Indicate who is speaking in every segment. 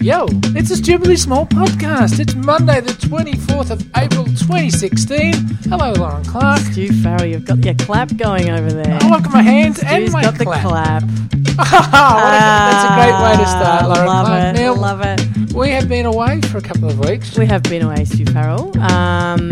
Speaker 1: Yo, it's a stupidly small podcast. It's Monday, the 24th of April, 2016. Hello, Lauren Clark.
Speaker 2: Stu Farrell, you've got your clap going over there.
Speaker 1: Oh, I've got my hands and
Speaker 2: Stu's
Speaker 1: my
Speaker 2: got
Speaker 1: clap.
Speaker 2: the clap.
Speaker 1: Ah, what a- that's a great way to start,
Speaker 2: Ah,
Speaker 1: Lauren
Speaker 2: love
Speaker 1: Clark.
Speaker 2: it,
Speaker 1: Now,
Speaker 2: love it.
Speaker 1: we have been away for a couple of weeks.
Speaker 2: We have been away, Stu Farrell, um,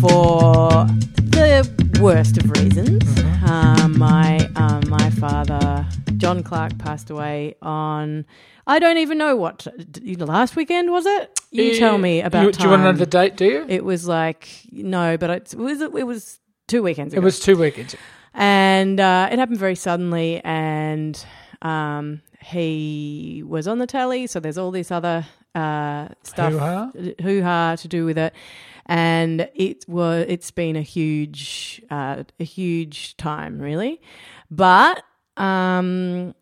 Speaker 2: for the worst of reasons.
Speaker 1: Mm-hmm.
Speaker 2: Um, my um, my father, John Clark, passed away on. I don't even know what d- last weekend was it. You tell me about.
Speaker 1: Eh, You-
Speaker 2: time.
Speaker 1: Do you want to know the date, do you? It,
Speaker 2: It was like no, but it was it was two weekends ago.
Speaker 1: was two weekends.
Speaker 2: and uh, it happened very suddenly and um, he was on the telly so there's all this other uh, stuff
Speaker 1: Hoo-ha?
Speaker 2: hoo-ha to do with it and it was it's been a huge uh, a huge time really but um,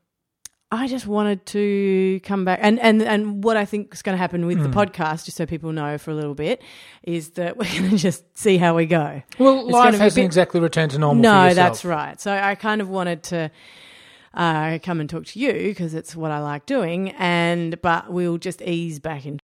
Speaker 2: I just wanted to come back and and and what I think is going to happen with the podcast, just so people know for a little bit, is that we're going to just see how we go.
Speaker 1: Well,
Speaker 2: It's
Speaker 1: life
Speaker 2: gonna be a
Speaker 1: hasn't
Speaker 2: bit-
Speaker 1: exactly returned to normal for
Speaker 2: No,
Speaker 1: yourself.
Speaker 2: that's right. So I kind of wanted to uh, come and talk to you because it's what I like doing, and but we'll just ease back in.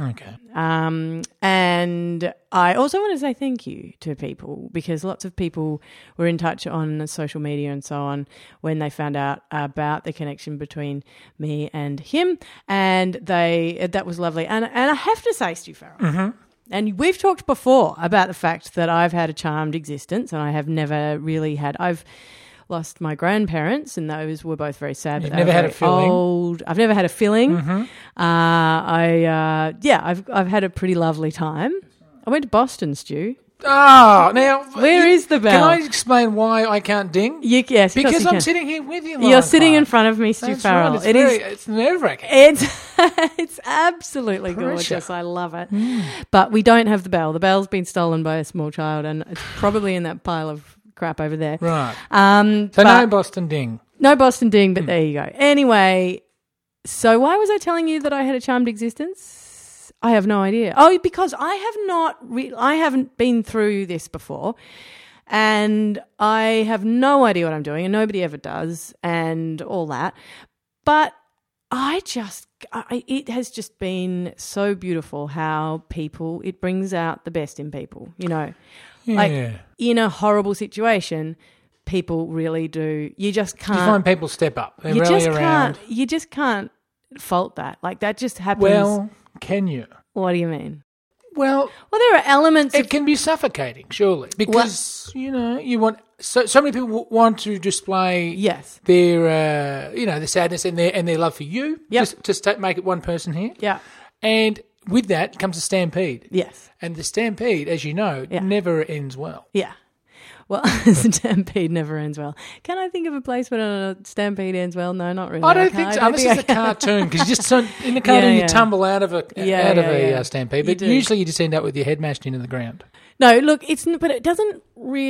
Speaker 1: Okay.
Speaker 2: Um, and I also want to say thank you to people because lots of people were in touch on social media and so on when they found out about the connection between me and him, and they that was lovely. And and I have to say, Stu Farrell. And we've talked before about the fact that I've had a charmed existence and I have never really had. I've lost my grandparents, and those were both very sad.
Speaker 1: You've
Speaker 2: but they were
Speaker 1: never had a Mm-hmm.
Speaker 2: very
Speaker 1: filling.
Speaker 2: Old. I've never had a filling. Uh, I uh, yeah, I've I've had a pretty lovely time. I went to Boston, Stu.
Speaker 1: Ah, now.
Speaker 2: Where is the
Speaker 1: Can
Speaker 2: bell?
Speaker 1: I explain why I can't ding?
Speaker 2: You, yes, of course
Speaker 1: because
Speaker 2: you
Speaker 1: I'm
Speaker 2: can.
Speaker 1: sitting here with you.
Speaker 2: You're
Speaker 1: Lauren
Speaker 2: sitting in
Speaker 1: Clark.
Speaker 2: front of me, Stu
Speaker 1: That's
Speaker 2: Farrell.
Speaker 1: right. It's
Speaker 2: It
Speaker 1: very,
Speaker 2: is-
Speaker 1: It's nerve wracking.
Speaker 2: It's it's absolutely
Speaker 1: Pressure. Hmm.
Speaker 2: gorgeous. I love it. But we don't have the bell. The bell's been stolen by a small child, and it's probably in that pile of crap over there.
Speaker 1: Right.
Speaker 2: Um,
Speaker 1: So
Speaker 2: but-
Speaker 1: no Boston ding.
Speaker 2: no Boston ding, but there you go. Anyway, so why was I telling you that I had a charmed existence? I have no idea. Oh, because I have not. Re- I haven't been through this before, and I have no idea what I'm doing, and nobody ever does, and all that. But I just, I, it has just been so beautiful how people, it brings out the best in people, you know.
Speaker 1: Yeah.
Speaker 2: Like in a horrible situation, people really do, you just
Speaker 1: You
Speaker 2: can't,
Speaker 1: find people step up. They
Speaker 2: uh, you
Speaker 1: rally
Speaker 2: just
Speaker 1: around.
Speaker 2: can't, you just can't fault that. Like that just happens.
Speaker 1: Well, can you?
Speaker 2: what do you mean?
Speaker 1: Well,
Speaker 2: Well, there are elements
Speaker 1: it
Speaker 2: of,
Speaker 1: can be suffocating, surely, because you know you want so so many people w- want to display
Speaker 2: yes.
Speaker 1: their uh, you know their sadness and their and their love for you.
Speaker 2: Yep.
Speaker 1: Just just take, make it one person here,
Speaker 2: Yeah.
Speaker 1: and with that comes a stampede.
Speaker 2: Yes.
Speaker 1: And the stampede, as you know,
Speaker 2: Yeah.
Speaker 1: never ends well.
Speaker 2: Yeah. Well, stampede never ends well. Can I think of a place where a stampede ends well? No, not really.
Speaker 1: I don't
Speaker 2: can't-
Speaker 1: think so. Unless
Speaker 2: think
Speaker 1: it's a
Speaker 2: I can.
Speaker 1: cartoon, because you just don't- in a cartoon
Speaker 2: Yeah,
Speaker 1: you
Speaker 2: yeah.
Speaker 1: tumble out of a
Speaker 2: Yeah,
Speaker 1: out of
Speaker 2: yeah,
Speaker 1: a
Speaker 2: yeah.
Speaker 1: uh, stampede,
Speaker 2: You
Speaker 1: but
Speaker 2: do.
Speaker 1: usually you just end up with your head mashed into the ground.
Speaker 2: No, look, it's n- but it doesn't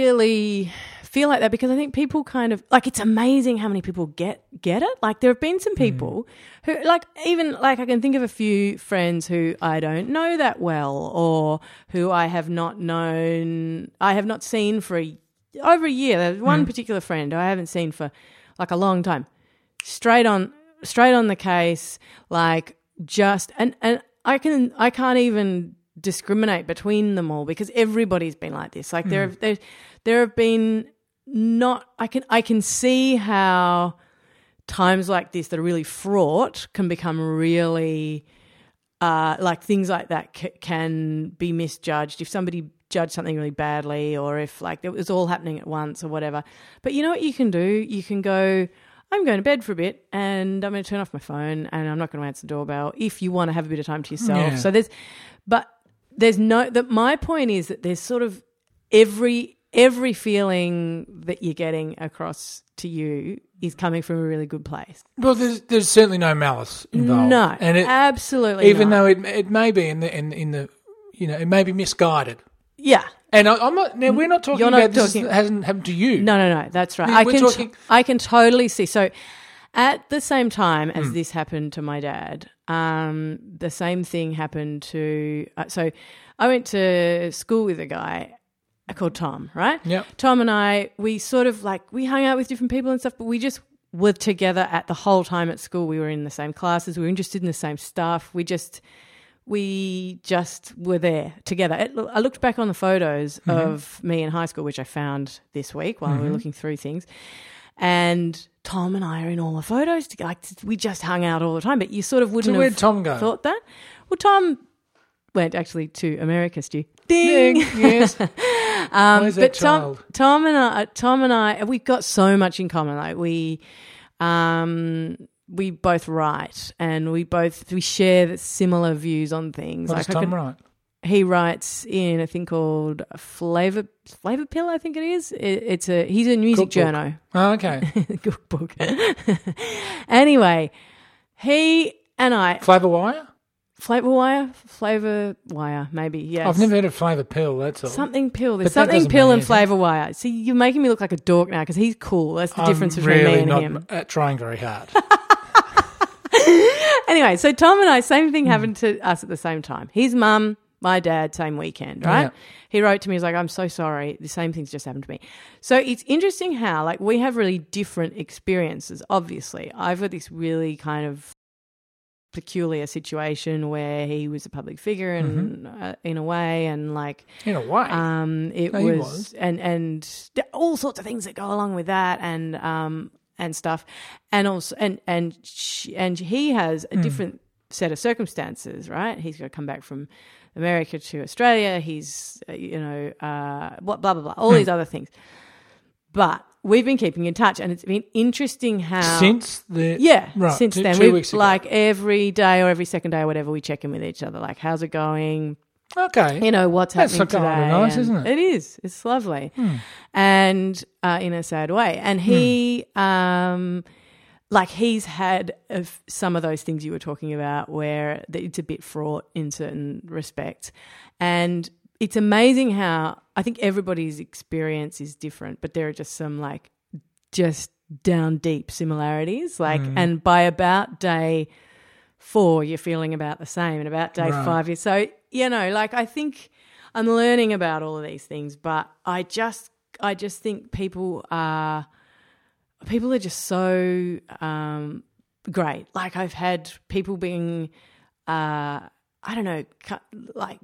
Speaker 2: really feel like that because I think people kind of like it's amazing how many people get get it. Like there have been some people who like even like I can think of a few friends who I don't know that well or who I have not known I have not seen for a, over a year. There's one particular friend I haven't seen for like a long time straight on straight on the case like just and and i can i can't even discriminate between them all because everybody's been like this like there have there, there have been not i can i can see how times like this that are really fraught can become really uh, like things like that c- can be misjudged if somebody judged something really badly or if like it was all happening at once or whatever but you know what you can do you can go i'm going to bed for a bit and i'm going to turn off my phone and i'm not going to answer the doorbell if you want to have a bit of time to yourself
Speaker 1: Yeah.
Speaker 2: so there's but there's no that my point is that there's sort of every every feeling that you're getting across to you is coming from a really good place
Speaker 1: Well, there's there's certainly no malice involved.
Speaker 2: no
Speaker 1: and it,
Speaker 2: absolutely
Speaker 1: even
Speaker 2: not.
Speaker 1: though it it may be in the in, in the you know it may be misguided.
Speaker 2: yeah
Speaker 1: And I, I'm not now. We're not talking
Speaker 2: You're
Speaker 1: about
Speaker 2: not
Speaker 1: this
Speaker 2: talking-
Speaker 1: is, hasn't happened to you.
Speaker 2: No, no, no. That's right.
Speaker 1: We're
Speaker 2: I can,
Speaker 1: talking-
Speaker 2: I can totally see. So, at the same time
Speaker 1: Hmm.
Speaker 2: as this happened to my dad, um, the same thing happened to. Uh, so, I went to school with a guy called Tom. Right.
Speaker 1: Yep.
Speaker 2: Tom and I, we sort of like we hung out with different people and stuff, but we just were together at the whole time at school. We were in the same classes. We were interested in the same stuff. We just we just were there together. It, I looked back on the photos
Speaker 1: Mm-hmm.
Speaker 2: of me in high school, which I found this week while we were looking through things, and Tom and I are in all the photos together. Like we just hung out all the time. But you sort of wouldn't
Speaker 1: So
Speaker 2: have
Speaker 1: where'd Tom go?
Speaker 2: thought that. Well, Tom went actually to America, Stu.
Speaker 1: Ding.
Speaker 2: Ding.
Speaker 1: yes.
Speaker 2: Um,
Speaker 1: Where's
Speaker 2: but
Speaker 1: that
Speaker 2: Tom,
Speaker 1: child?
Speaker 2: Tom and I, Tom and I, we got so much in common. Like we, um, we both write, and we both we share the similar views on things.
Speaker 1: What does
Speaker 2: I
Speaker 1: Tom
Speaker 2: could-
Speaker 1: write?
Speaker 2: he writes in a thing called Flavor Flavor Pill, I think it is. It, it's a he's a music
Speaker 1: Cookbook.
Speaker 2: journo
Speaker 1: Oh, okay.
Speaker 2: cookbook. anyway, he and I
Speaker 1: Flavor wire?
Speaker 2: Flavor Wire, Flavor Wire, maybe yes.
Speaker 1: I've never heard of flavor pill, that's all.
Speaker 2: Something pill. There's
Speaker 1: But that
Speaker 2: something
Speaker 1: doesn't
Speaker 2: pill
Speaker 1: mean
Speaker 2: and
Speaker 1: anything.
Speaker 2: flavour wire. See, you're making me look like a dork now because he's cool. That's the
Speaker 1: I'm
Speaker 2: difference between
Speaker 1: really
Speaker 2: me and
Speaker 1: not
Speaker 2: him.
Speaker 1: uh, trying very hard.
Speaker 2: Anyway, so Tom and I, same thing happened to us at the same time. His mum, my dad, same weekend, right?
Speaker 1: Yeah.
Speaker 2: He wrote to me, he's like, I'm so sorry. The same thing's just happened to me. So it's interesting how, like, we have really different experiences, obviously. I've got this really kind of peculiar situation where he was a public figure and uh, in a way and like
Speaker 1: In a way.
Speaker 2: Um, it
Speaker 1: No,
Speaker 2: was,
Speaker 1: he was.
Speaker 2: and and there- all sorts of things that go along with that, and um, and stuff, and also and and she, and he has
Speaker 1: Hmm.
Speaker 2: a different set of circumstances, right? He's going to come back from America to Australia. He's uh, you know uh, blah blah blah blah, all
Speaker 1: Hmm.
Speaker 2: these other things, but. We've been keeping in touch, and it's been interesting how
Speaker 1: Since the
Speaker 2: yeah,
Speaker 1: right,
Speaker 2: since
Speaker 1: two,
Speaker 2: then,
Speaker 1: two
Speaker 2: we've,
Speaker 1: weeks ago.
Speaker 2: like every day or every second day or whatever, we check in with each other. Like, how's it going?
Speaker 1: okay,
Speaker 2: you know what's
Speaker 1: That's
Speaker 2: happening
Speaker 1: so kinda
Speaker 2: today.
Speaker 1: nice,
Speaker 2: and-
Speaker 1: isn't it? Hmm.
Speaker 2: It is. It's lovely, and uh, in a sad way. And he,
Speaker 1: Hmm.
Speaker 2: um, like, he's had of some of those things you were talking about, where th- it's a bit fraught in certain respects, and it's amazing how I think everybody's experience is different, but there are just some like just down deep similarities. Like,
Speaker 1: Hmm.
Speaker 2: and by about day four, you're feeling about the same, and about day
Speaker 1: Right.
Speaker 2: five, you're so you know, like I think I'm learning about all of these things, but I just I just think people are people are just so um, great. Like I've had people being, uh, I don't know, cut, like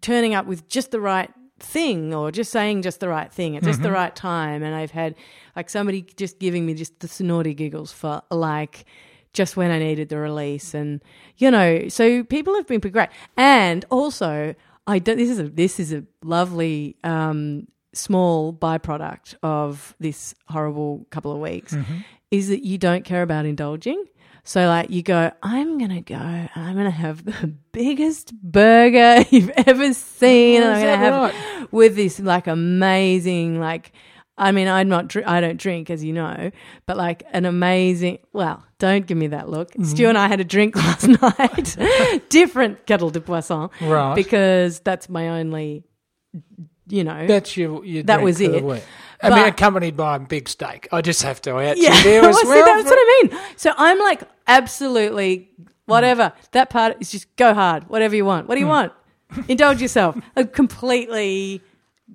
Speaker 2: turning up with just the right thing or just saying just the right thing at just the right time. And I've had like somebody just giving me just the snotty giggles for like just when I needed the release. And, you know, so people have been pretty great. And also, I don't, this is a, this is a lovely, um, small byproduct of this horrible couple of weeks
Speaker 1: Mm-hmm.
Speaker 2: is that you don't care about indulging. So like you go, I'm gonna go and I'm gonna have the biggest burger you've ever seen, and
Speaker 1: Oh,
Speaker 2: I'm
Speaker 1: is
Speaker 2: gonna have
Speaker 1: that
Speaker 2: with this like amazing like. I mean, I'm not. Dr- I don't drink, as you know, but like an amazing. Well, don't give me that look.
Speaker 1: Mm-hmm.
Speaker 2: Stu and I had a drink last night, different kettle de poisson,
Speaker 1: Right.
Speaker 2: Because that's my only, you know,
Speaker 1: That's your, your
Speaker 2: That
Speaker 1: drink
Speaker 2: was
Speaker 1: for the
Speaker 2: it.
Speaker 1: week. I mean,
Speaker 2: But-
Speaker 1: accompanied by a big steak. I just have to add
Speaker 2: Yeah,
Speaker 1: you there as
Speaker 2: Well, see,
Speaker 1: well.
Speaker 2: that's what I mean. So I'm like, absolutely, whatever.
Speaker 1: Mm.
Speaker 2: That part is just go hard, whatever you want. What do you want? Indulge yourself. I'm completely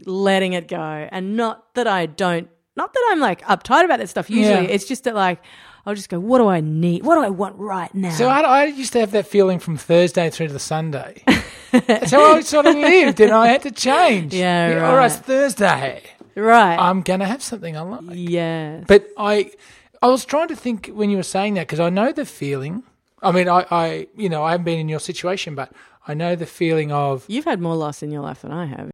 Speaker 2: letting it go, and not that I don't, not that I'm like uptight about that stuff. Usually,
Speaker 1: Yeah.
Speaker 2: it's just that like I'll just go, what do I need? What do I want right now?
Speaker 1: So I, I used to have that feeling from Thursday through to the Sunday. That's how I sort of lived, and I had to change.
Speaker 2: Yeah,
Speaker 1: All
Speaker 2: right.
Speaker 1: right, it's Thursday.
Speaker 2: right?
Speaker 1: I'm going to have something I like.
Speaker 2: yeah.
Speaker 1: But I, I was trying to think when you were saying that because I know the feeling. I mean, I, I, you know, I haven't been in your situation, but I know the feeling of
Speaker 2: You've had more loss in your life than I have,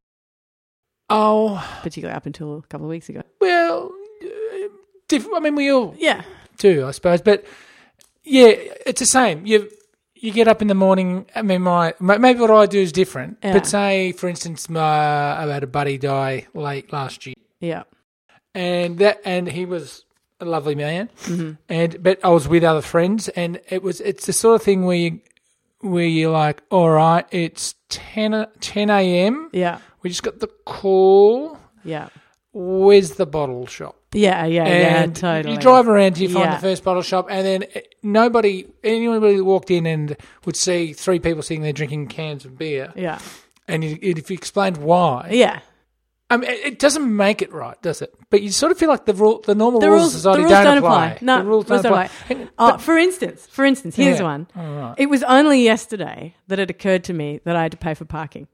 Speaker 1: oh,
Speaker 2: particularly up until a couple of weeks ago.
Speaker 1: well, uh, diff- I mean, we all
Speaker 2: Yeah.
Speaker 1: do, I suppose. But yeah, it's the same. You you get up in the morning. I mean, my ma- maybe what I do is different.
Speaker 2: Yeah.
Speaker 1: But say, for instance, my, I had a buddy die late last year,
Speaker 2: Yeah.
Speaker 1: and that and he was a lovely man. And but I was with other friends, and it was it's the sort of thing where you where you're like, all right, it's 10, a- 10 a.m.
Speaker 2: Yeah.
Speaker 1: We just got the call.
Speaker 2: Yeah.
Speaker 1: Where's the bottle shop?
Speaker 2: Yeah. Yeah. yeah.
Speaker 1: and
Speaker 2: Totally.
Speaker 1: you drive around till you find
Speaker 2: Yeah.
Speaker 1: the first bottle shop, and then eh, nobody, anybody that walked in and would see three people sitting there drinking cans of beer,
Speaker 2: Yeah.
Speaker 1: and you, if you explained why,
Speaker 2: Yeah.
Speaker 1: I mean, it it doesn't make it right, does it? But you sort of feel like the rule, the normal
Speaker 2: The
Speaker 1: rules,
Speaker 2: rules,
Speaker 1: of
Speaker 2: the
Speaker 1: society
Speaker 2: rules
Speaker 1: don't,
Speaker 2: don't, apply. No,
Speaker 1: The rules don't apply. And-
Speaker 2: Oh, for instance, for instance, here's
Speaker 1: Yeah.
Speaker 2: one.
Speaker 1: All right.
Speaker 2: It was only yesterday that it occurred to me that I had to pay for parking.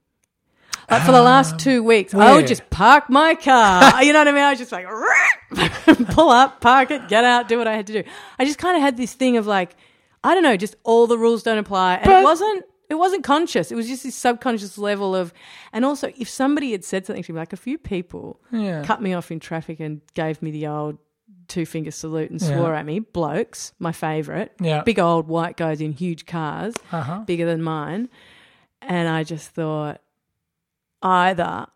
Speaker 2: Like for the
Speaker 1: Um,
Speaker 2: last two weeks, I
Speaker 1: yeah.
Speaker 2: would just park my car. you know what I mean? I was just like, pull up, park it, get out, do what I had to do. I just kind of had this thing of like, I don't know, just all the rules don't apply, and
Speaker 1: But-
Speaker 2: it wasn't. It wasn't conscious. It was just this subconscious level of, and also if somebody had said something to me, like a few people
Speaker 1: Yeah.
Speaker 2: cut me off in traffic and gave me the old two finger salute and
Speaker 1: Yeah.
Speaker 2: swore at me. Blokes, my favourite.
Speaker 1: Yeah.
Speaker 2: Big old white guys in huge cars,
Speaker 1: Uh-huh.
Speaker 2: bigger than mine. And I just thought, either.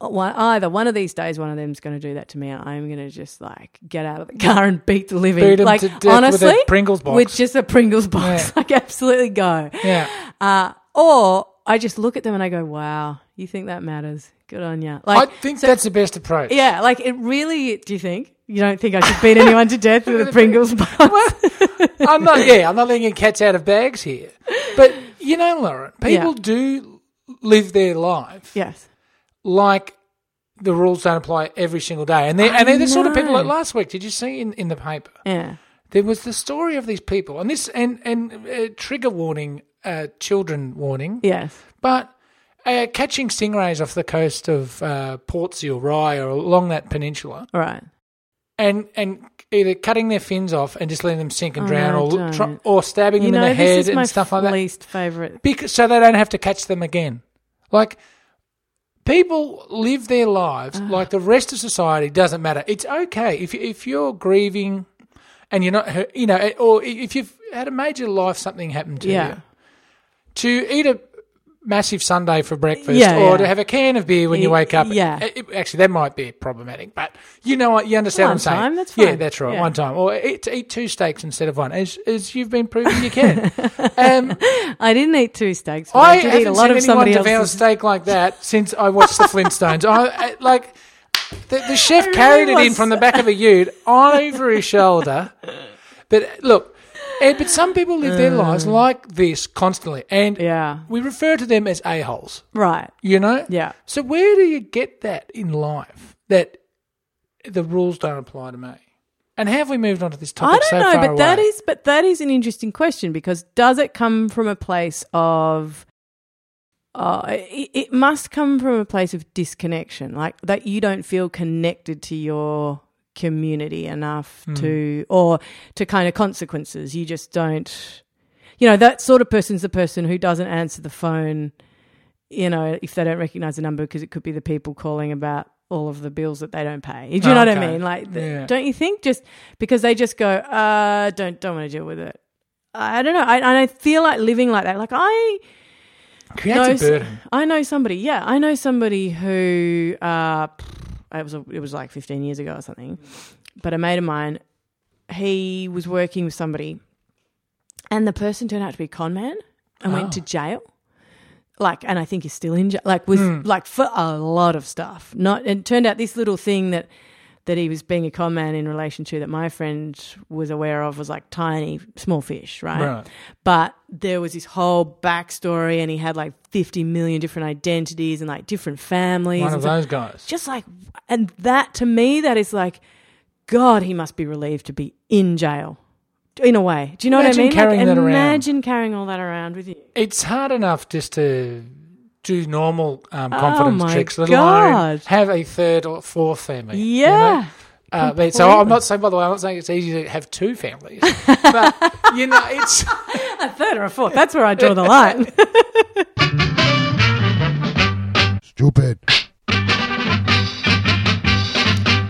Speaker 2: uh, One, either one of these days, one of them's going to do that to me, and I'm going to just like get out of the car and beat the living.
Speaker 1: Beat 'em
Speaker 2: like
Speaker 1: to death with a Pringles box.
Speaker 2: with just a Pringles box.
Speaker 1: Yeah.
Speaker 2: Like absolutely go.
Speaker 1: Yeah.
Speaker 2: Uh, or I just look at them and I go, "Wow, you think that matters? Good on you."
Speaker 1: I
Speaker 2: Like
Speaker 1: think that's the best approach.
Speaker 2: yeah, like it really. Do you think you don't think I should beat anyone to death with a Pringles box?
Speaker 1: I'm not. Yeah, I'm not letting cats out of bags here. But you know, Lauren, people
Speaker 2: Yeah.
Speaker 1: do live their life
Speaker 2: yes.
Speaker 1: like the rules don't apply every single day, and they're and they're the sort of people.
Speaker 2: know.
Speaker 1: Like last week, did you see in, in the paper?
Speaker 2: Yeah.
Speaker 1: There was the story of these people, and this and and uh, trigger warning, uh, children warning,
Speaker 2: Yes.
Speaker 1: but. Uh, catching stingrays off the coast of uh, Portsea or Rye or along that peninsula,
Speaker 2: All right.
Speaker 1: and and either cutting their fins off and just letting them sink and
Speaker 2: Oh,
Speaker 1: drown,
Speaker 2: no,
Speaker 1: or
Speaker 2: don't.
Speaker 1: try, or stabbing
Speaker 2: You
Speaker 1: them in
Speaker 2: know,
Speaker 1: the
Speaker 2: this
Speaker 1: head
Speaker 2: is my
Speaker 1: and stuff like that,
Speaker 2: least favorite.
Speaker 1: because so they don't have to catch them again. Like people live their lives like the rest of society doesn't matter. It's okay if you- if you're grieving and you're not, hurt- you know, eh, or if you've had a major life something happen to
Speaker 2: Yeah.
Speaker 1: you, to eat a massive sundae for breakfast
Speaker 2: Yeah,
Speaker 1: or
Speaker 2: yeah.
Speaker 1: to have a can of beer when you
Speaker 2: Y-
Speaker 1: wake up.
Speaker 2: yeah.
Speaker 1: It- it- actually, that might be problematic, but you know what? You understand
Speaker 2: One
Speaker 1: what I'm saying.
Speaker 2: time, that's
Speaker 1: Yeah,
Speaker 2: fine.
Speaker 1: that's right.
Speaker 2: Yeah.
Speaker 1: One time. Or eat, to eat two steaks instead of one, as, as you've been proving you can. um,
Speaker 2: I didn't eat two steaks. But I,
Speaker 1: I
Speaker 2: did
Speaker 1: haven't
Speaker 2: eat a lot
Speaker 1: seen
Speaker 2: of
Speaker 1: anyone
Speaker 2: somebody
Speaker 1: devour a
Speaker 2: else's.
Speaker 1: steak like that since I watched the Flintstones. I, I like the, the chef carried it in
Speaker 2: was-
Speaker 1: from the back of a ute over his shoulder. But look, eh, but some people live their lives
Speaker 2: Uh.
Speaker 1: like this constantly, and
Speaker 2: Yeah.
Speaker 1: we refer to them as a holes.
Speaker 2: Right.
Speaker 1: You know?
Speaker 2: Yeah.
Speaker 1: So where do you get that in life that the rules don't apply to me? And how have we moved on to this topic
Speaker 2: I don't
Speaker 1: so
Speaker 2: know,
Speaker 1: far
Speaker 2: but
Speaker 1: away?
Speaker 2: that is but that is an interesting question because does it come from a place of uh, it, it must come from a place of disconnection, like that you don't feel connected to your community enough
Speaker 1: Hmm.
Speaker 2: to or to kind of consequences. You just don't you know, that sort of person's the person who doesn't answer the phone, you know, if they don't recognize the number because it could be the people calling about all of the bills that they don't pay. Do you know what
Speaker 1: Oh, Okay.
Speaker 2: I mean? Like, th-
Speaker 1: Yeah.
Speaker 2: don't you think? Just because they just go, uh, don't don't want to deal with it. I don't know. I, and I feel like living like that. Like I
Speaker 1: creates
Speaker 2: know
Speaker 1: a
Speaker 2: s-
Speaker 1: burden.
Speaker 2: I know somebody. Yeah, I know somebody who uh, it was it was like 15 years ago or something. But a mate of mine, he was working with somebody, and the person turned out to be a con man and
Speaker 1: Oh.
Speaker 2: went to jail. Like, and I think he's still in jail. Like, was like for a lot of stuff. Not and it turned out this little thing that that he was being a con man in relation to that my friend was aware of was like tiny small fish, right?
Speaker 1: Right.
Speaker 2: But there was this whole backstory, and he had like 50 million different identities and like different families.
Speaker 1: One
Speaker 2: and
Speaker 1: of
Speaker 2: stuff.
Speaker 1: those guys.
Speaker 2: Just like, and that to me, that is like, God, he must be relieved to be in jail in a way. Do you know
Speaker 1: Imagine
Speaker 2: what I mean? Like,
Speaker 1: carrying that around.
Speaker 2: imagine carrying all that around with you.
Speaker 1: it's hard enough just to do normal um, confidence
Speaker 2: Oh my
Speaker 1: tricks, let alone
Speaker 2: God.
Speaker 1: have a third or fourth family. you know?
Speaker 2: Yeah.
Speaker 1: Uh, but so I'm not saying, by the way, I'm not saying it's easy to have two families, but you know, it's
Speaker 2: A third or a fourth. That's where I draw the line.
Speaker 3: Stupid.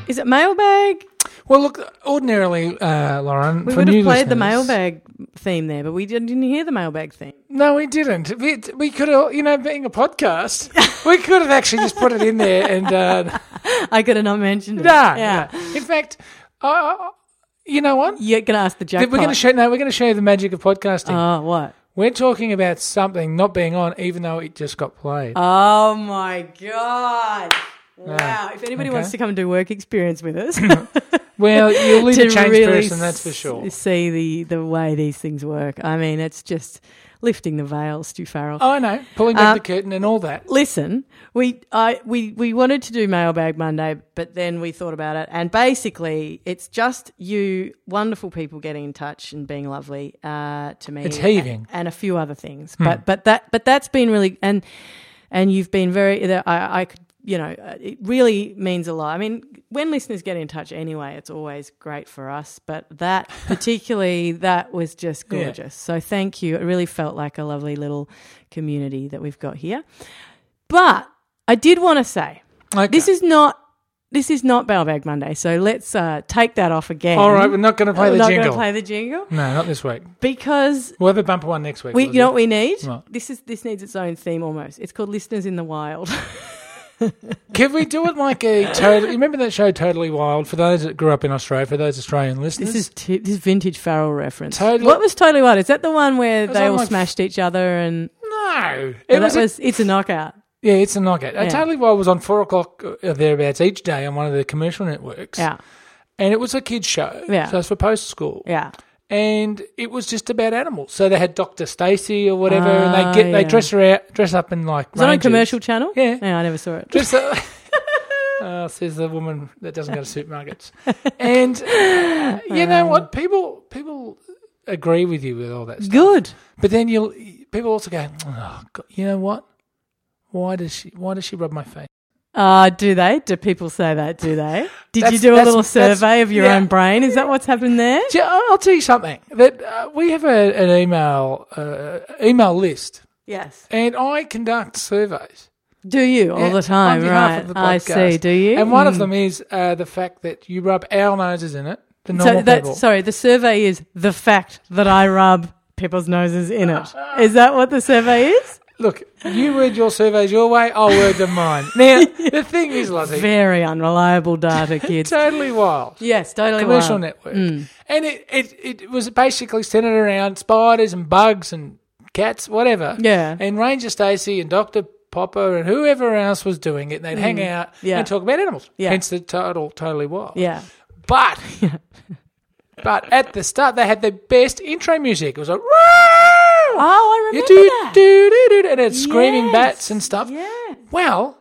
Speaker 2: is it mailbag?
Speaker 1: well. Look, ordinarily, uh, Lauren,
Speaker 2: We
Speaker 1: for
Speaker 2: would have
Speaker 1: new
Speaker 2: played the
Speaker 1: listeners-
Speaker 2: mailbag theme there, but we didn't didn't hear the mailbag theme.
Speaker 1: No, we didn't. We, we could have, you know, being a podcast, we could have actually just put it in there and. Uh,
Speaker 2: I could have not mentioned it.
Speaker 1: nah,
Speaker 2: yeah.
Speaker 1: nah. In fact, uh, you know what?
Speaker 2: You're going to ask the
Speaker 1: We're
Speaker 2: jackpot.
Speaker 1: going to show. No, we're going to show you the magic of podcasting.
Speaker 2: Oh, what?
Speaker 1: We're talking about
Speaker 2: Uh,
Speaker 1: something not being on, even though it just got played.
Speaker 2: Oh my Oh god! Wow. If anybody
Speaker 1: Okay.
Speaker 2: wants to come and do work experience with us,
Speaker 1: Well, you'll need
Speaker 2: to
Speaker 1: a change
Speaker 2: really
Speaker 1: person, that's for sure.
Speaker 2: s- see the, the way these things work. I mean, it's just lifting the veil, Stu Farrell.
Speaker 1: Oh, I know. Pulling back
Speaker 2: Uh,
Speaker 1: the curtain and all that.
Speaker 2: Listen, we I we we wanted to do Mailbag Monday, but then we thought about it, and basically, it's just you, wonderful people, getting in touch and being lovely uh, to me.
Speaker 1: It's heaving. Hmm.
Speaker 2: and, and a few other things, but but that but that's been really and and you've been very. that I, I could you know uh, it really means a lot. I mean, when listeners get in touch anyway, it's always great for us. But that particularly that was just
Speaker 1: Yeah.
Speaker 2: gorgeous. So thank you. It really felt like a lovely little community that we've got here. But I did want to say
Speaker 1: Okay.
Speaker 2: this is not this is not Mailbag Monday. So let's uh, take that off again.
Speaker 1: all right, we're not going to play
Speaker 2: We're
Speaker 1: the
Speaker 2: not
Speaker 1: jingle.
Speaker 2: Gonna play the jingle
Speaker 1: no, not this week.
Speaker 2: because
Speaker 1: We'll have a bumper one next week.
Speaker 2: we,
Speaker 1: will
Speaker 2: you know
Speaker 1: do.
Speaker 2: what we need?
Speaker 1: What?
Speaker 2: This is this needs its own theme almost. It's called Listeners in the Wild.
Speaker 1: Can we do it like a total? You remember that show Totally Wild? For those that grew up in Australia, for those Australian listeners,
Speaker 2: this is t- this is vintage Farrell reference.
Speaker 1: Totally-
Speaker 2: What was totally wild? Is that the one where
Speaker 1: was
Speaker 2: they
Speaker 1: on
Speaker 2: all
Speaker 1: like-
Speaker 2: smashed each other and
Speaker 1: no. It
Speaker 2: and that
Speaker 1: was,
Speaker 2: was,
Speaker 1: a-
Speaker 2: it's a knockout?
Speaker 1: yeah, it's a knockout. Uh,
Speaker 2: Yeah.
Speaker 1: Totally Wild was on four o'clock uh, thereabouts each day on one of the commercial networks,
Speaker 2: Yeah,
Speaker 1: and it was a kids show.
Speaker 2: Yeah.
Speaker 1: so it's for post school.
Speaker 2: yeah.
Speaker 1: and it was just about animals. So they had Doctor Stacy or whatever, and they
Speaker 2: Ah,
Speaker 1: get
Speaker 2: yeah.
Speaker 1: they dress her out, dress up in like
Speaker 2: Was it on
Speaker 1: rangers.
Speaker 2: commercial channel?
Speaker 1: Yeah.
Speaker 2: yeah. I never saw it.
Speaker 1: Dress up. Uh, says the woman that doesn't go to supermarkets, and uh, you know
Speaker 2: Um,
Speaker 1: what? People people agree with you with all that stuff,
Speaker 2: Good.
Speaker 1: but then you'll people also go, oh, God, you know what? Why does she Why does she rub my face?
Speaker 2: Uh, do they? Do people say that? Do they? Did you
Speaker 1: That's-
Speaker 2: do a
Speaker 1: that's-
Speaker 2: little
Speaker 1: that's-
Speaker 2: survey of your
Speaker 1: yeah.
Speaker 2: own brain? Is that what's happened there?
Speaker 1: Do you- I'll I'll tell you something. That uh, we have a, an email uh, email list,
Speaker 2: Yes.
Speaker 1: and I conduct surveys.
Speaker 2: Do you all
Speaker 1: Yeah,
Speaker 2: the time?
Speaker 1: on behalf
Speaker 2: Right.
Speaker 1: of the
Speaker 2: I
Speaker 1: podcast.
Speaker 2: see. Do you?
Speaker 1: And one of
Speaker 2: Mm.
Speaker 1: them is uh, the fact that you rub our noses in it, the normal
Speaker 2: So
Speaker 1: people.
Speaker 2: that's, sorry, the survey is the fact that I rub people's noses in it. Is that what the survey is?
Speaker 1: Look, you word your surveys your way, I'll word them mine. Now, the thing is, Lottie,
Speaker 2: Very unreliable data, kids.
Speaker 1: totally wild.
Speaker 2: yes, totally.
Speaker 1: Commercial
Speaker 2: wild. Hmm.
Speaker 1: network. And it, it, it was basically centered around spiders and bugs and cats, whatever.
Speaker 2: Yeah.
Speaker 1: And Ranger Stacy and Dr. Popper and whoever else was doing it, they'd hang out
Speaker 2: Hmm. Yeah.
Speaker 1: and talk about animals.
Speaker 2: Yeah.
Speaker 1: Hence the total, totally wild.
Speaker 2: Yeah.
Speaker 1: But but at the start they had the best intro music. It was like "Roar!"
Speaker 2: Oh, I
Speaker 1: You
Speaker 2: remember
Speaker 1: do
Speaker 2: that.
Speaker 1: do do do, and it's screaming
Speaker 2: Yes.
Speaker 1: bats and stuff.
Speaker 2: Yeah.
Speaker 1: Well,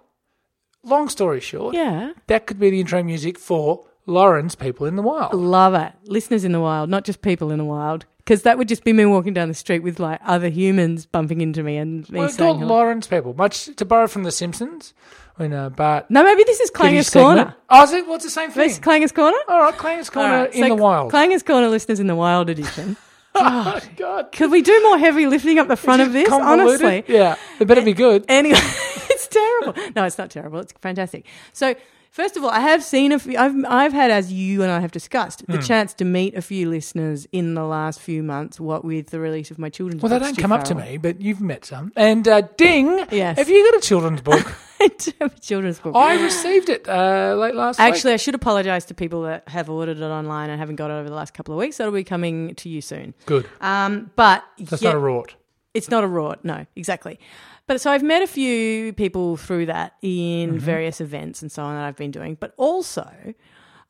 Speaker 1: long story short,
Speaker 2: Yeah.
Speaker 1: that could be the intro music for Lauren's People in the Wild.
Speaker 2: Love it. Listeners in the wild, not just people in the wild. Because that would just be me walking down the street with like other humans bumping into me and me
Speaker 1: Well, it's
Speaker 2: saying
Speaker 1: called
Speaker 2: hello.
Speaker 1: Lauren's People, much to borrow from The Simpsons when uh, Bart.
Speaker 2: No, maybe this is
Speaker 1: did his
Speaker 2: Clanger's
Speaker 1: segment.
Speaker 2: Corner.
Speaker 1: Oh, is it? What's the same
Speaker 2: This is
Speaker 1: thing?
Speaker 2: Clanger's Corner?
Speaker 1: All right, Clanger's Corner
Speaker 2: All right,
Speaker 1: in
Speaker 2: so
Speaker 1: the Wild.
Speaker 2: Clanger's Corner listeners in the wild edition.
Speaker 1: oh, God.
Speaker 2: Could we do more heavy lifting up the front of this?
Speaker 1: Convoluted?
Speaker 2: Honestly.
Speaker 1: Yeah, it better be good.
Speaker 2: Anyway, it's terrible. No, it's not terrible. It's fantastic. So, first of all, I have seen a few. I've I've had, as you and I have discussed,
Speaker 1: Hmm.
Speaker 2: the chance to meet a few listeners in the last few months. What with the release of my children's.
Speaker 1: Well, they
Speaker 2: book,
Speaker 1: don't
Speaker 2: Stu
Speaker 1: come up to
Speaker 2: Farrell.
Speaker 1: me, but you've met some. And uh, ding,
Speaker 2: Yes.
Speaker 1: have you got a children's book?
Speaker 2: I do have a children's book.
Speaker 1: I received it uh, late last
Speaker 2: Actually, I should apologise to people that have ordered it online and haven't got it over the last couple of weeks. That'll be coming to you soon.
Speaker 1: week. Good.
Speaker 2: Um, but
Speaker 1: That's
Speaker 2: yeah,
Speaker 1: not a rort.
Speaker 2: it's not a rort. No, exactly. But so I've met a few people through that in various events and so on that I've been doing. But also,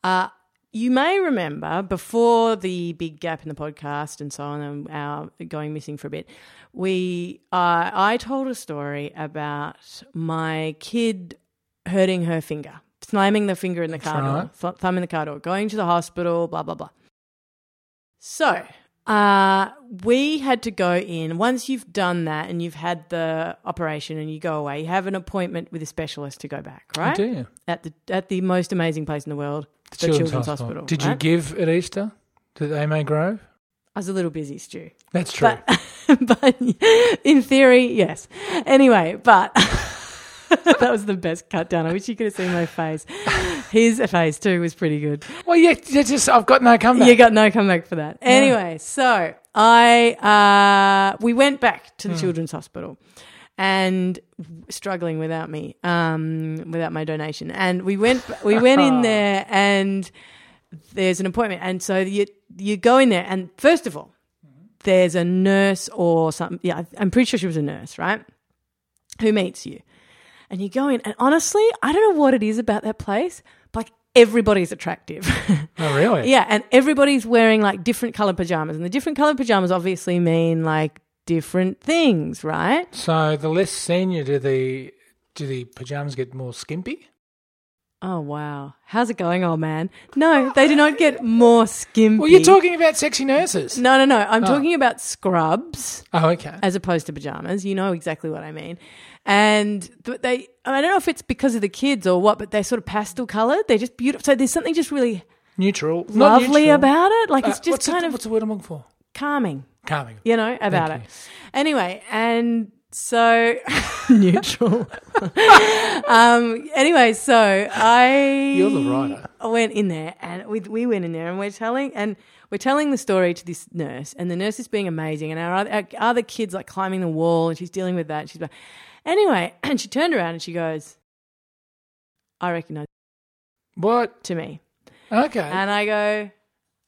Speaker 2: uh, you may remember before the big gap in the podcast and so on, and our going missing for a bit, we uh, I told a story about my kid hurting her finger, slamming the finger in the car door,
Speaker 1: right.
Speaker 2: th- thumb in the car door, going to the hospital, blah blah blah. So uh, we had to go in. Once you've done that and you've had the operation and you go away, you have an appointment with a specialist to go back, right?
Speaker 1: Do you?
Speaker 2: At the at the most amazing place in the world, the, Children's, Hospital.
Speaker 1: Did you
Speaker 2: right?
Speaker 1: give at Easter to the Amy Grove?
Speaker 2: I was a little busy, Stu.
Speaker 1: That's true.
Speaker 2: But, but in theory, yes. Anyway, but that was the best cut down. I wish you could have seen my face. His face too was pretty good.
Speaker 1: well, yeah, yeah, just I've got no comeback.
Speaker 2: You got no comeback for that. Anyway, so I uh, we went back to the children's hospital and struggling without me, um, without my donation, and we went we went in there and there's an appointment, and so you you go in there, and first of all, there's a nurse or something. Yeah, I'm pretty sure she was a nurse, right? Who meets you. and you go in, and honestly, I don't know what it is about that place, but like everybody's attractive.
Speaker 1: Oh, really?
Speaker 2: yeah, and everybody's wearing like different colored pajamas, and the different colored pajamas obviously mean like different things, right?
Speaker 1: So the less senior, do the do the pajamas get more skimpy?
Speaker 2: Oh wow, how's it going, old man? No, they do not get more skimpy.
Speaker 1: Well, you're talking about sexy nurses.
Speaker 2: No, no, no. I'm
Speaker 1: Oh.
Speaker 2: talking about scrubs.
Speaker 1: Oh, okay.
Speaker 2: as opposed to pajamas. You know exactly what I mean. And th- they, I don't know if it's because of the kids or what, but they're sort of pastel colored. They're just beautiful. So there's something just really
Speaker 1: Neutral. Not
Speaker 2: lovely
Speaker 1: neutral.
Speaker 2: about it. Like
Speaker 1: Uh,
Speaker 2: it's just
Speaker 1: what's the-
Speaker 2: kind of
Speaker 1: what's the word I'm looking for?
Speaker 2: calming,
Speaker 1: Calming.
Speaker 2: you know, about
Speaker 1: Thank
Speaker 2: it. Anyway, and so neutral. um, anyway, so I
Speaker 1: You're the writer.
Speaker 2: I went in there and we we went in there and we're telling and we're telling the story to this nurse and the nurse is being amazing and our other, our other kids like climbing the wall and she's dealing with that. She's like, anyway, and she turned around and she goes, "I recognize
Speaker 1: What?
Speaker 2: to me,"
Speaker 1: Okay.
Speaker 2: and I go.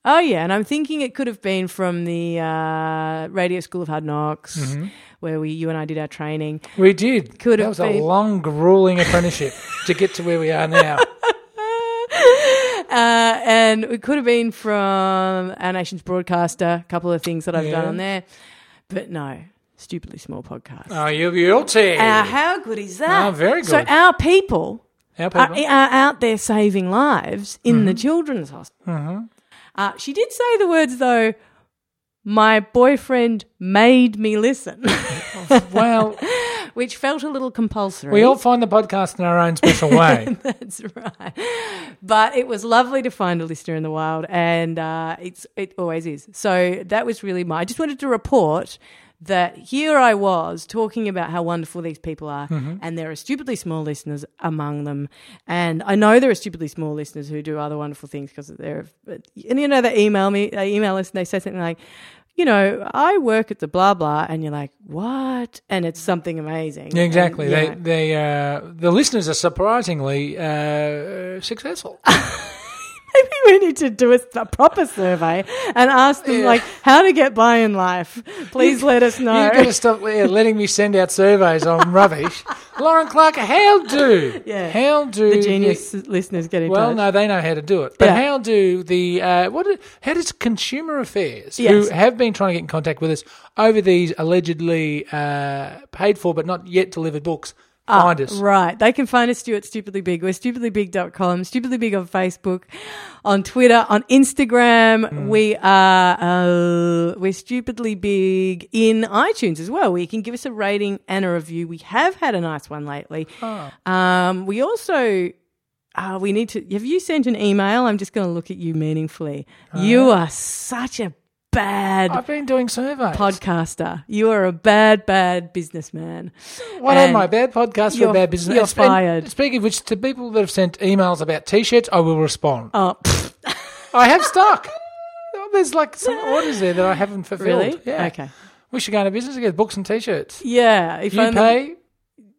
Speaker 2: Oh yeah, and I'm thinking it could have been from the uh, Radio School of Hard Knocks,
Speaker 1: Mm-hmm.
Speaker 2: where we you and I did our training.
Speaker 1: we did. that
Speaker 2: Could
Speaker 1: was
Speaker 2: have been.
Speaker 1: a long, grueling apprenticeship to get to where we are now.
Speaker 2: uh, and it could have been from our nation's broadcaster, a couple of things that I've done
Speaker 1: Yeah.
Speaker 2: on there. But no, stupidly small podcast.
Speaker 1: Oh, you're guilty.
Speaker 2: Uh, how good is that?
Speaker 1: Oh, very
Speaker 2: So
Speaker 1: good.
Speaker 2: our people,
Speaker 1: Our
Speaker 2: are,
Speaker 1: people.
Speaker 2: are out there saving lives in
Speaker 1: Mm-hmm.
Speaker 2: the children's hospital. Uh, she did say the words though. My boyfriend made me listen,
Speaker 1: well,
Speaker 2: which felt a little compulsory.
Speaker 1: we all find the podcast in our own special way.
Speaker 2: That's right. But it was lovely to find a listener in the wild, and uh, it's it always is. So that was really my. I just wanted to report that here I was talking about how wonderful these people are,
Speaker 1: Mm-hmm.
Speaker 2: and there are stupidly small listeners among them. And I know there are stupidly small listeners who do other wonderful things because they're and you know they email me, they email us, and they say something like. You know, I work at the blah blah, and you're like, what? And it's something amazing.
Speaker 1: Yeah, exactly.
Speaker 2: And, you know.
Speaker 1: They, they, uh, the listeners are surprisingly uh, successful.
Speaker 2: Maybe we need to do a, a proper survey and ask them,
Speaker 1: Yeah.
Speaker 2: like, how to get by in life. Please let us know.
Speaker 1: You've got to stop le- letting me send out surveys on rubbish. Lauren Clark, how do?
Speaker 2: Yeah.
Speaker 1: How do
Speaker 2: the genius listeners get in
Speaker 1: well,
Speaker 2: touch.
Speaker 1: no, they know how to do it. But
Speaker 2: Yeah.
Speaker 1: how do the uh, what? do- How does Consumer Affairs,
Speaker 2: Yes.
Speaker 1: who have been trying to get in contact with us over these allegedly uh, paid for but not yet delivered books, find us?
Speaker 2: Ah, Right. They can find us, Stuart Stupidly Big. We're stupidlybig.com, stupidly big on Facebook, on Twitter, on Instagram. We are, uh, we're stupidly big in iTunes as well, where you can give us a rating and a review. We have had a nice one lately. Um, we also, uh, we need to, have you sent an email? I'm just going to look at you meaningfully. you are such a bad
Speaker 1: I've been doing surveys.
Speaker 2: podcaster. You are a bad, bad businessman.
Speaker 1: What am
Speaker 2: And
Speaker 1: I? Bad podcast for
Speaker 2: you're-
Speaker 1: a bad business?
Speaker 2: you're
Speaker 1: And- and
Speaker 2: fired.
Speaker 1: speaking of which, to people that have sent emails about t-shirts, I will respond.
Speaker 2: Oh,
Speaker 1: I have stuck. Oh, There's like some orders there that I haven't fulfilled.
Speaker 2: really?
Speaker 1: Yeah.
Speaker 2: Okay.
Speaker 1: We should go into business again. Books and t-shirts.
Speaker 2: Yeah, if
Speaker 1: you
Speaker 2: only
Speaker 1: pay.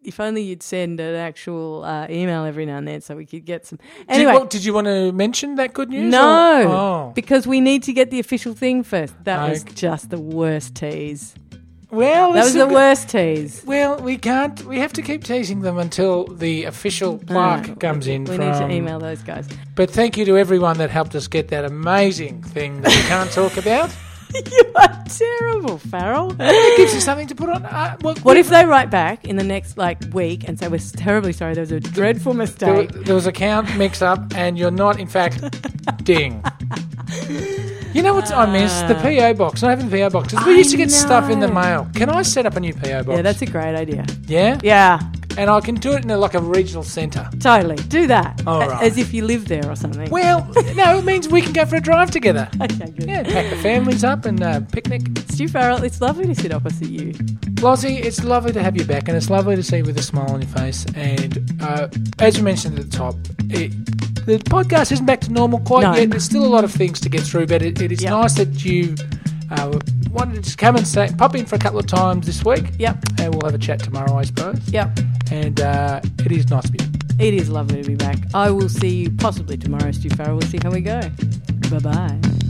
Speaker 2: if only you'd send an actual uh, email every now and then, so we could get some.
Speaker 1: Did,
Speaker 2: Anyway,
Speaker 1: what- did you want to mention that good news?
Speaker 2: no,
Speaker 1: or- Oh.
Speaker 2: because we need to get the official thing first. That was
Speaker 1: Okay.
Speaker 2: just the worst tease.
Speaker 1: well,
Speaker 2: That
Speaker 1: it's
Speaker 2: was
Speaker 1: a
Speaker 2: the
Speaker 1: good-
Speaker 2: worst tease.
Speaker 1: Well, we can't. We have to keep teasing them until the official plaque
Speaker 2: Uh,
Speaker 1: comes in.
Speaker 2: We
Speaker 1: from,
Speaker 2: need to email those guys.
Speaker 1: But thank you to everyone that helped us get that amazing thing that we can't talk about.
Speaker 2: you are terrible, Farrell.
Speaker 1: It gives us something to put on. Uh, well,
Speaker 2: What if they write back in the next like week and say we're terribly sorry? There was a dreadful
Speaker 1: There,
Speaker 2: mistake.
Speaker 1: wa- there was a count mix up, and you're not, in fact, ding. You know what I miss? The PO box. Not having PO boxes. We
Speaker 2: Ah. I
Speaker 1: used to get stuff in the
Speaker 2: know.
Speaker 1: mail. Can I set up a new PO box?
Speaker 2: Yeah, that's a great idea.
Speaker 1: yeah.
Speaker 2: Yeah,
Speaker 1: And I can do it in a, like a regional centre.
Speaker 2: totally. Do that.
Speaker 1: All
Speaker 2: A-
Speaker 1: right.
Speaker 2: As if you live there or something.
Speaker 1: Well, no, it means we can go for a drive together.
Speaker 2: Okay, good.
Speaker 1: Yeah, pack the families up and uh, picnic.
Speaker 2: Stu Farrell, it's lovely to sit opposite you.
Speaker 1: Lottie, it's lovely to have you back, and it's lovely to see you with a smile on your face. And uh, as you mentioned at the top, it, the podcast isn't back to normal quite
Speaker 2: No.
Speaker 1: yet. There's still a lot of things to get through, but it, it is
Speaker 2: Yep.
Speaker 1: nice that you uh, wanted to just come and say, pop in for a couple of times this week,
Speaker 2: Yep,
Speaker 1: and we'll have a chat tomorrow, I suppose.
Speaker 2: yep.
Speaker 1: And uh, it is nice to be.
Speaker 2: It is lovely to be back. I will see you possibly tomorrow, Stu Farrell. We'll see how we go. Bye bye.